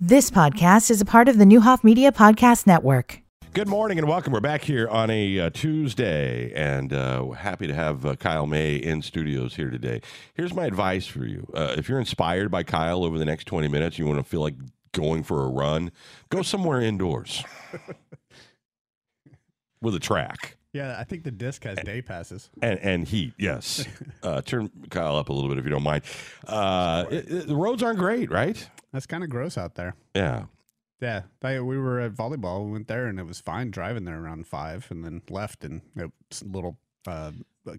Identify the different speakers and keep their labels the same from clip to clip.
Speaker 1: This podcast is a part of the Newhoff Media Podcast Network.
Speaker 2: Good morning and welcome. We're back here on a uh, Tuesday and uh, we're happy to have uh, Kyle May in studios here today. Here's my advice for you. Uh, if you're inspired by Kyle over the next 20 minutes, you want to feel like going for a run, go somewhere indoors with a track
Speaker 3: Yeah, I think the disc
Speaker 2: Eh.
Speaker 3: has day passes.
Speaker 2: and, and heat. Yes. Uh, turn Kyle up a little bit if you don't mind. Uh, it- it- the roads aren't great, right?
Speaker 3: That's kind of gross out there.
Speaker 2: Yeah.
Speaker 3: Yeah, they, we were at volleyball. We went there and it was fine driving there around five, and then left and a little uh,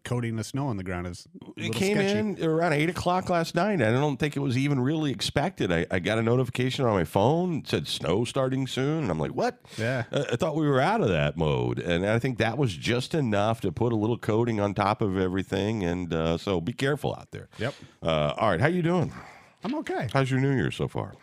Speaker 3: coating of snow on the ground is a
Speaker 2: It
Speaker 3: little
Speaker 2: came
Speaker 3: sketchy.
Speaker 2: in around eight o'clock last night. I don't think it was even really expected. I, I got a notification on my phone it said snow starting soon, and I'm like, "What?"
Speaker 3: Yeah.
Speaker 2: I, I thought we were out of that mode, and I think that was just enough to put a little coating on top of everything. And uh, so, be careful out there.
Speaker 3: Yep,
Speaker 2: Uh, all right, how you doing?
Speaker 3: I'm okay.
Speaker 2: How's your New Year so far?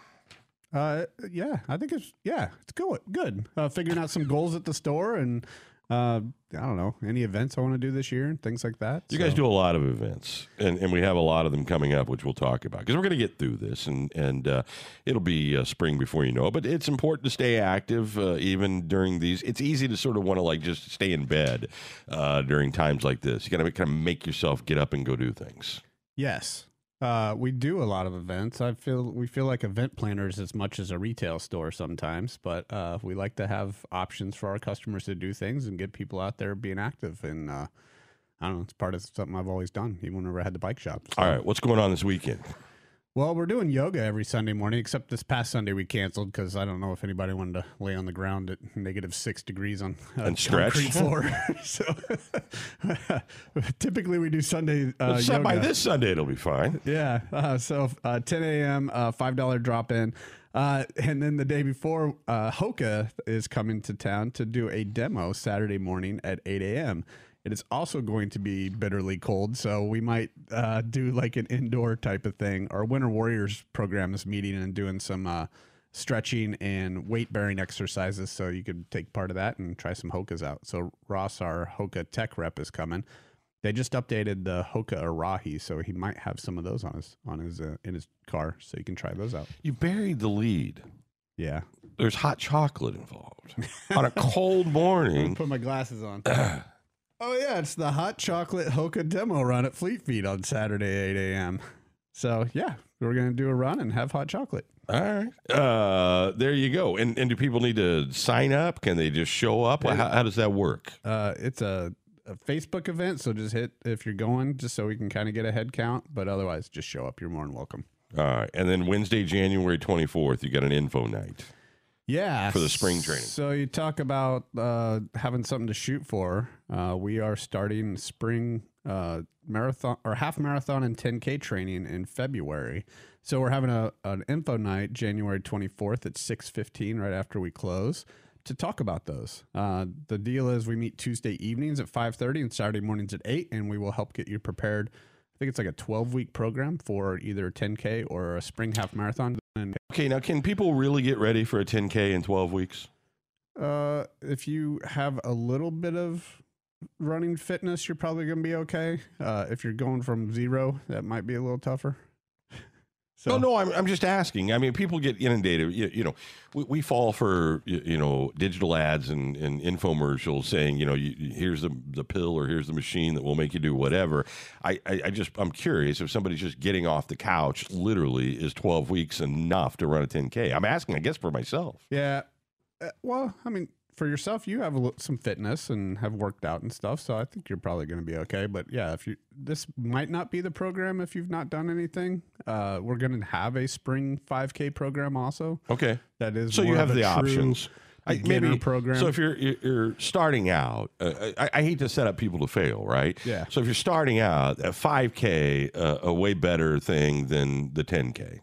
Speaker 3: Uh, yeah, I think it's yeah, it's good. Good. Uh, figuring out some goals at the store and uh, I don't know any events I want to do this year and things like that.
Speaker 2: You guys
Speaker 3: so-
Speaker 2: do a lot of events, and, and we have a lot of them coming up, which we'll talk about because we're going to get through this, and and uh, it'll be uh, spring before you know it. But it's important to stay active uh, even during these. It's easy to sort of want to like just stay in bed uh, during times like this. You got to kind of make yourself get up and go do things.
Speaker 3: Yes. Uh, we do a lot of events. I feel we feel like event planners as much as a retail store sometimes, but uh, we like to have options for our customers to do things and get people out there being active. And uh, I don't know, it's part of something I've always done, even whenever I had the bike shop. So-
Speaker 2: All right, what's going on this weekend?
Speaker 3: Well, we're doing yoga every Sunday morning, except this past Sunday we canceled because I don't know if anybody wanted to lay on the ground at negative six degrees on a
Speaker 2: And stretch.
Speaker 3: concrete floor. so typically we do Sunday uh,
Speaker 2: Sun-
Speaker 3: yoga.
Speaker 2: by this Sunday, it'll be fine.
Speaker 3: Yeah. Uh, so uh, 10 a.m., uh, $5 drop in. Uh, and then the day before, uh, Hoka is coming to town to do a demo Saturday morning at 8 a.m. It is also going to be bitterly cold, so we might uh, do like an indoor type of thing. Our Winter Warriors program is meeting and doing some uh, stretching and weight bearing exercises, so you could take part of that and try some Hokas out. So Ross, our Hoka tech rep, is coming. They just updated the Hoka Arahi, so he might have some of those on his on his uh, in his car, so you can try those out.
Speaker 2: You buried the lead.
Speaker 3: Yeah,
Speaker 2: There's hot chocolate involved on a cold
Speaker 3: I'm gonna
Speaker 2: morning.
Speaker 3: put my glasses on. oh yeah, it's the hot chocolate Hoka demo run at Fleet Feet on Saturday 8 a.m. So yeah, we're gonna do a run and have hot chocolate.
Speaker 2: All right. Uh, there you go. And and do people need to sign up? Can they just show up? How, how does that work?
Speaker 3: Uh, it's a, a Facebook event, so just hit if you're going, just so we can kind of get a head count. But otherwise, just show up. You're more than welcome.
Speaker 2: All right. And then Wednesday, January 24th, you got an info night.
Speaker 3: Yeah.
Speaker 2: For the spring training.
Speaker 3: So you talk about uh, having something to shoot for. Uh, we are starting spring uh, marathon or half marathon and 10K training in February. So we're having a, an info night January 24th at 6.15 right after we close to talk about those. Uh, the deal is we meet Tuesday evenings at 5.30 and Saturday mornings at 8, and we will help get you prepared. I think it's like a 12-week program for either 10K or a spring half marathon. And
Speaker 2: Okay. Now, can people really get ready for a 10K in 12 weeks?
Speaker 3: Uh, if you have a little bit of running fitness, you're probably going to be okay. Uh, if you're going from zero, that might be a little tougher.
Speaker 2: Oh, No, no, I'm, I'm just asking. I mean, people get inundated. You, you know, we, we fall for, you, you know, digital ads and, and infomercials saying, you know, you, you- here's the, the pill or here's the machine that will make you do whatever. I, I, I just, I'm curious if somebody's just getting off the couch, literally, is 12 weeks enough to run a 10K? I'm asking, I guess, for myself.
Speaker 3: Yeah. Uh, well, I mean, for yourself, you have a li- some fitness and have worked out and stuff, so I think you're probably going to be okay. But yeah, if you this might not be the program if you've not done anything. Uh, we're going to have a spring 5K program also.
Speaker 2: Okay.
Speaker 3: That is
Speaker 2: so you
Speaker 3: more
Speaker 2: have
Speaker 3: of a
Speaker 2: the
Speaker 3: true-
Speaker 2: options.
Speaker 3: beginner program.
Speaker 2: So if you're you're you're starting out, uh, I, I hate to set up people to fail, right?
Speaker 3: Yeah.
Speaker 2: So if you're starting out, a 5K, uh, a way better thing than the 10K.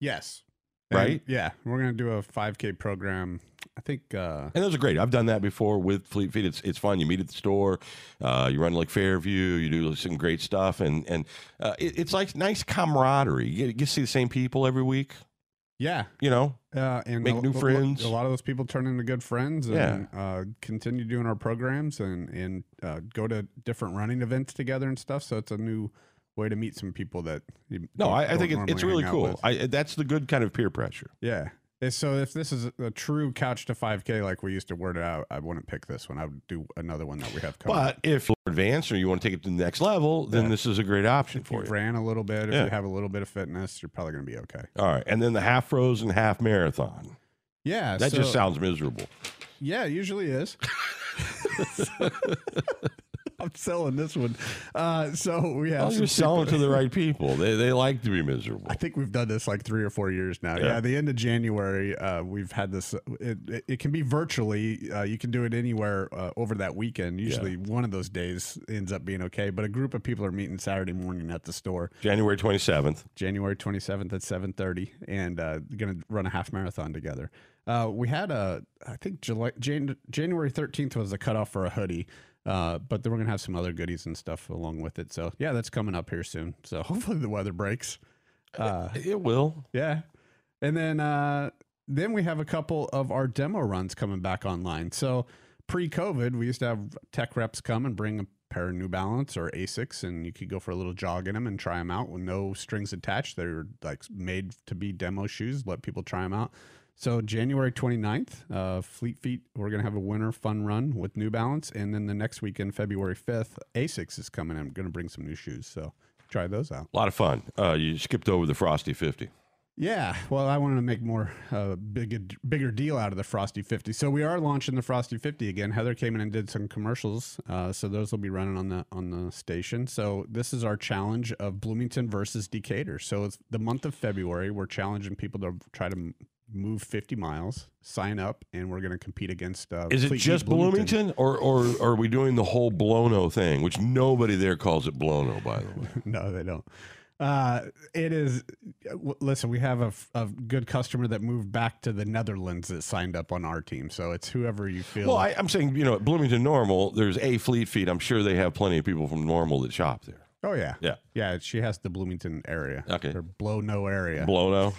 Speaker 3: Yes.
Speaker 2: Right?
Speaker 3: Yeah, we're gonna do a 5K program. I think. Uh,
Speaker 2: And those are great. I've done that before with Fleet Feet. It's it's fun. You meet at the store, uh, you run like Fairview, you do some great stuff, and and uh, it, it's like nice camaraderie. You get, you see the same people every week.
Speaker 3: yeah,
Speaker 2: You know,
Speaker 3: uh, and
Speaker 2: Make
Speaker 3: a-
Speaker 2: new
Speaker 3: a-
Speaker 2: friends.
Speaker 3: A lot of those people turn into good friends, and
Speaker 2: Yeah.
Speaker 3: uh, continue doing our programs and and uh, go to different running events together and stuff. So it's a new way to meet some people that. You
Speaker 2: no,
Speaker 3: don't-
Speaker 2: I, I
Speaker 3: don't
Speaker 2: think it, it's really
Speaker 3: normally hang out
Speaker 2: cool.
Speaker 3: with.
Speaker 2: I, that's the good kind of peer pressure.
Speaker 3: yeah, So if this is a true couch to 5K like we used to word it out, I wouldn't pick this one. I would do another one that we have coming.
Speaker 2: But if you're advanced or you want to take it to the next level, then
Speaker 3: Yeah.
Speaker 2: this is a great option
Speaker 3: if you
Speaker 2: for you.
Speaker 3: ran a little bit, if
Speaker 2: Yeah.
Speaker 3: you have a little bit of fitness, you're probably going to be okay.
Speaker 2: All right, and then the half frozen half marathon.
Speaker 3: Yeah.
Speaker 2: That
Speaker 3: so-
Speaker 2: just sounds miserable.
Speaker 3: Yeah, it usually is. I'm selling this one. Uh, so we have
Speaker 2: Well,
Speaker 3: some
Speaker 2: Oh, you're selling
Speaker 3: people-
Speaker 2: to the right people. They they like to be miserable.
Speaker 3: I think we've done this like three or four years now.
Speaker 2: Yeah.
Speaker 3: Yeah, the end of January, uh, we've had this. It, it, it can be virtually. Uh, you can do it anywhere uh, over that weekend. Usually, one of those days ends up being okay. But a group of people are meeting Saturday morning at the store,
Speaker 2: January 27th.
Speaker 3: January 27th at 7:30, and uh, going to run a half marathon together. Uh, we had a, I think July, Jan, January 13th was the cutoff for a hoodie. Uh, but then we're gonna have some other goodies and stuff along with it. So yeah, that's coming up here soon. So hopefully the weather breaks. Uh,
Speaker 2: It will.
Speaker 3: yeah. And then uh then we have a couple of our demo runs coming back online. So pre-COVID, we used to have tech reps come and bring a pair of New Balance or Asics, and you could go for a little jog in them and try them out with no strings attached. They're like made to be demo shoes. Let people try them out. So January 29th, uh, Fleet Feet, we're going to have a winter fun run with New Balance. And then the next weekend, February 5th, Asics is coming. I'm going to bring some new shoes. So try those out.
Speaker 2: A lot of fun. Uh, you skipped over the Frosty 50.
Speaker 3: Yeah, well, I wanted to make more uh, big bigger deal out of the Frosty 50. So we are launching the Frosty 50 again. Heather came in and did some commercials, uh, so those will be running on the on the station. So this is our challenge of Bloomington versus Decatur. So it's the month of February. We're challenging people to try to m- move 50 miles, sign up, and we're going to compete against. Uh,
Speaker 2: Is it
Speaker 3: Fleet Feet
Speaker 2: just Bloomington, or, or are we doing the whole Blono thing, which nobody there calls it Blono, by the way?
Speaker 3: no, they don't. Uh, it is. w- Listen, we have a, f- a good customer that moved back to the Netherlands that signed up on our team. So it's whoever you feel.
Speaker 2: Well, I, I'm saying, you know, at Bloomington Normal, there's a Fleet Feet. I'm sure they have plenty of people from Normal that shop there.
Speaker 3: oh yeah,
Speaker 2: Yeah.
Speaker 3: yeah. She has the Bloomington area.
Speaker 2: Okay.
Speaker 3: or Blow No area.
Speaker 2: Blono.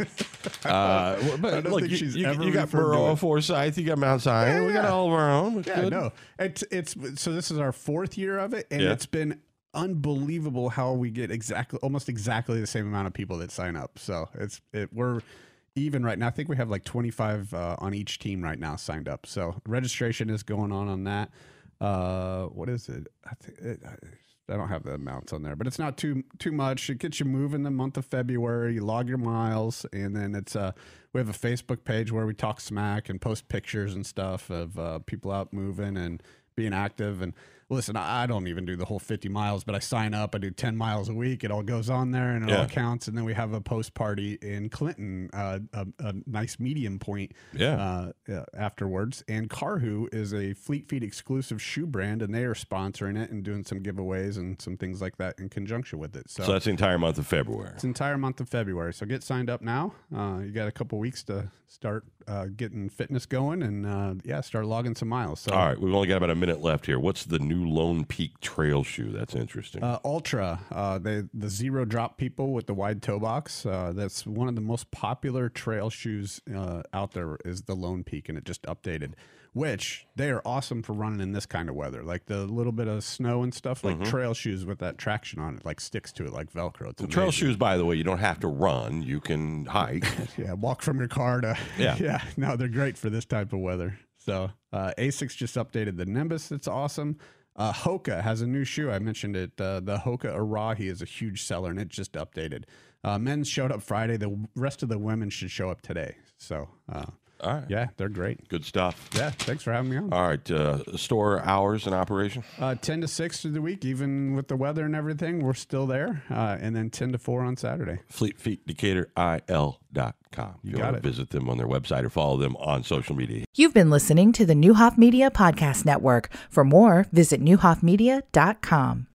Speaker 2: Uh, well, but
Speaker 3: I don't
Speaker 2: look,
Speaker 3: think
Speaker 2: you,
Speaker 3: she's
Speaker 2: you,
Speaker 3: ever
Speaker 2: you got
Speaker 3: referred to
Speaker 2: Burrow,
Speaker 3: it.
Speaker 2: Forsyth, you got Mount Zion.
Speaker 3: Yeah,
Speaker 2: we got
Speaker 3: yeah.
Speaker 2: all of our own. It's
Speaker 3: yeah,
Speaker 2: good.
Speaker 3: no, it's it's so this is our fourth year of it, and
Speaker 2: Yeah.
Speaker 3: it's been unbelievable how we get exactly almost exactly the same amount of people that sign up. So it's it we're even right now. I think we have like 25 uh, on each team right now signed up. So registration is going on on that. Uh, what is it? I think it, I, I don't have the amounts on there, but it's not too too much. It gets you moving the month of February. You log your miles, and then it's uh we have a Facebook page where we talk smack and post pictures and stuff of uh, people out moving and being active. And listen, I I don't even do the whole 50 miles, but I sign up. I do 10 miles a week. It all goes on there and it
Speaker 2: Yeah.
Speaker 3: all counts. And then we have a post party in Clinton, uh, a, a nice medium point
Speaker 2: Yeah.
Speaker 3: uh, uh, afterwards. And Carhu is a Fleet Feet exclusive shoe brand, and they are sponsoring it and doing some giveaways and some things like that in conjunction with it.
Speaker 2: So that's the entire month of February.
Speaker 3: It's entire month of February, so get signed up now. Uh, you got a couple weeks to start uh, getting fitness going, and uh, yeah, start logging some miles. So,
Speaker 2: All right, we've only got about a minute left here. What's the new Lone Peak Trail shoe? That's interesting.
Speaker 3: uh, Ultra, uh, they, the zero drop people with the wide toe box. Uh, that's one of the most popular trail shoes uh, out there. Is the Lone Peak, and it just updated, which they are awesome for running in this kind of weather, like the little bit of snow and stuff, like trail shoes with that traction on it, like sticks to it, like Velcro. It's
Speaker 2: Trail
Speaker 3: amazing.
Speaker 2: shoes, by the way, you don't have to run. You can hike.
Speaker 3: Yeah, walk from your car to.
Speaker 2: Yeah.
Speaker 3: no, they're great for this type of weather. So uh, Asics just updated the Nimbus. It's awesome. Uh, Hoka has a new shoe. I mentioned it. Uh, the Hoka Arahi is a huge seller, and it just updated. Uh, men's showed up Friday. The rest of the women should show up today. So uh,
Speaker 2: All right.
Speaker 3: yeah, they're great.
Speaker 2: Good stuff.
Speaker 3: Yeah, thanks for having me on.
Speaker 2: All right. Uh, store hours in operation.
Speaker 3: Uh, 10 to 6 through the week, even with the weather and everything, we're still there. Uh, and then 10 to 4 on Saturday.
Speaker 2: FleetFeetDecaturIL.com. You, you
Speaker 3: got
Speaker 2: want to
Speaker 3: it.
Speaker 2: visit them on their website or follow them on social media.
Speaker 1: You've been listening to the Newhoff Media Podcast Network. For more, visit newhoffmedia.com.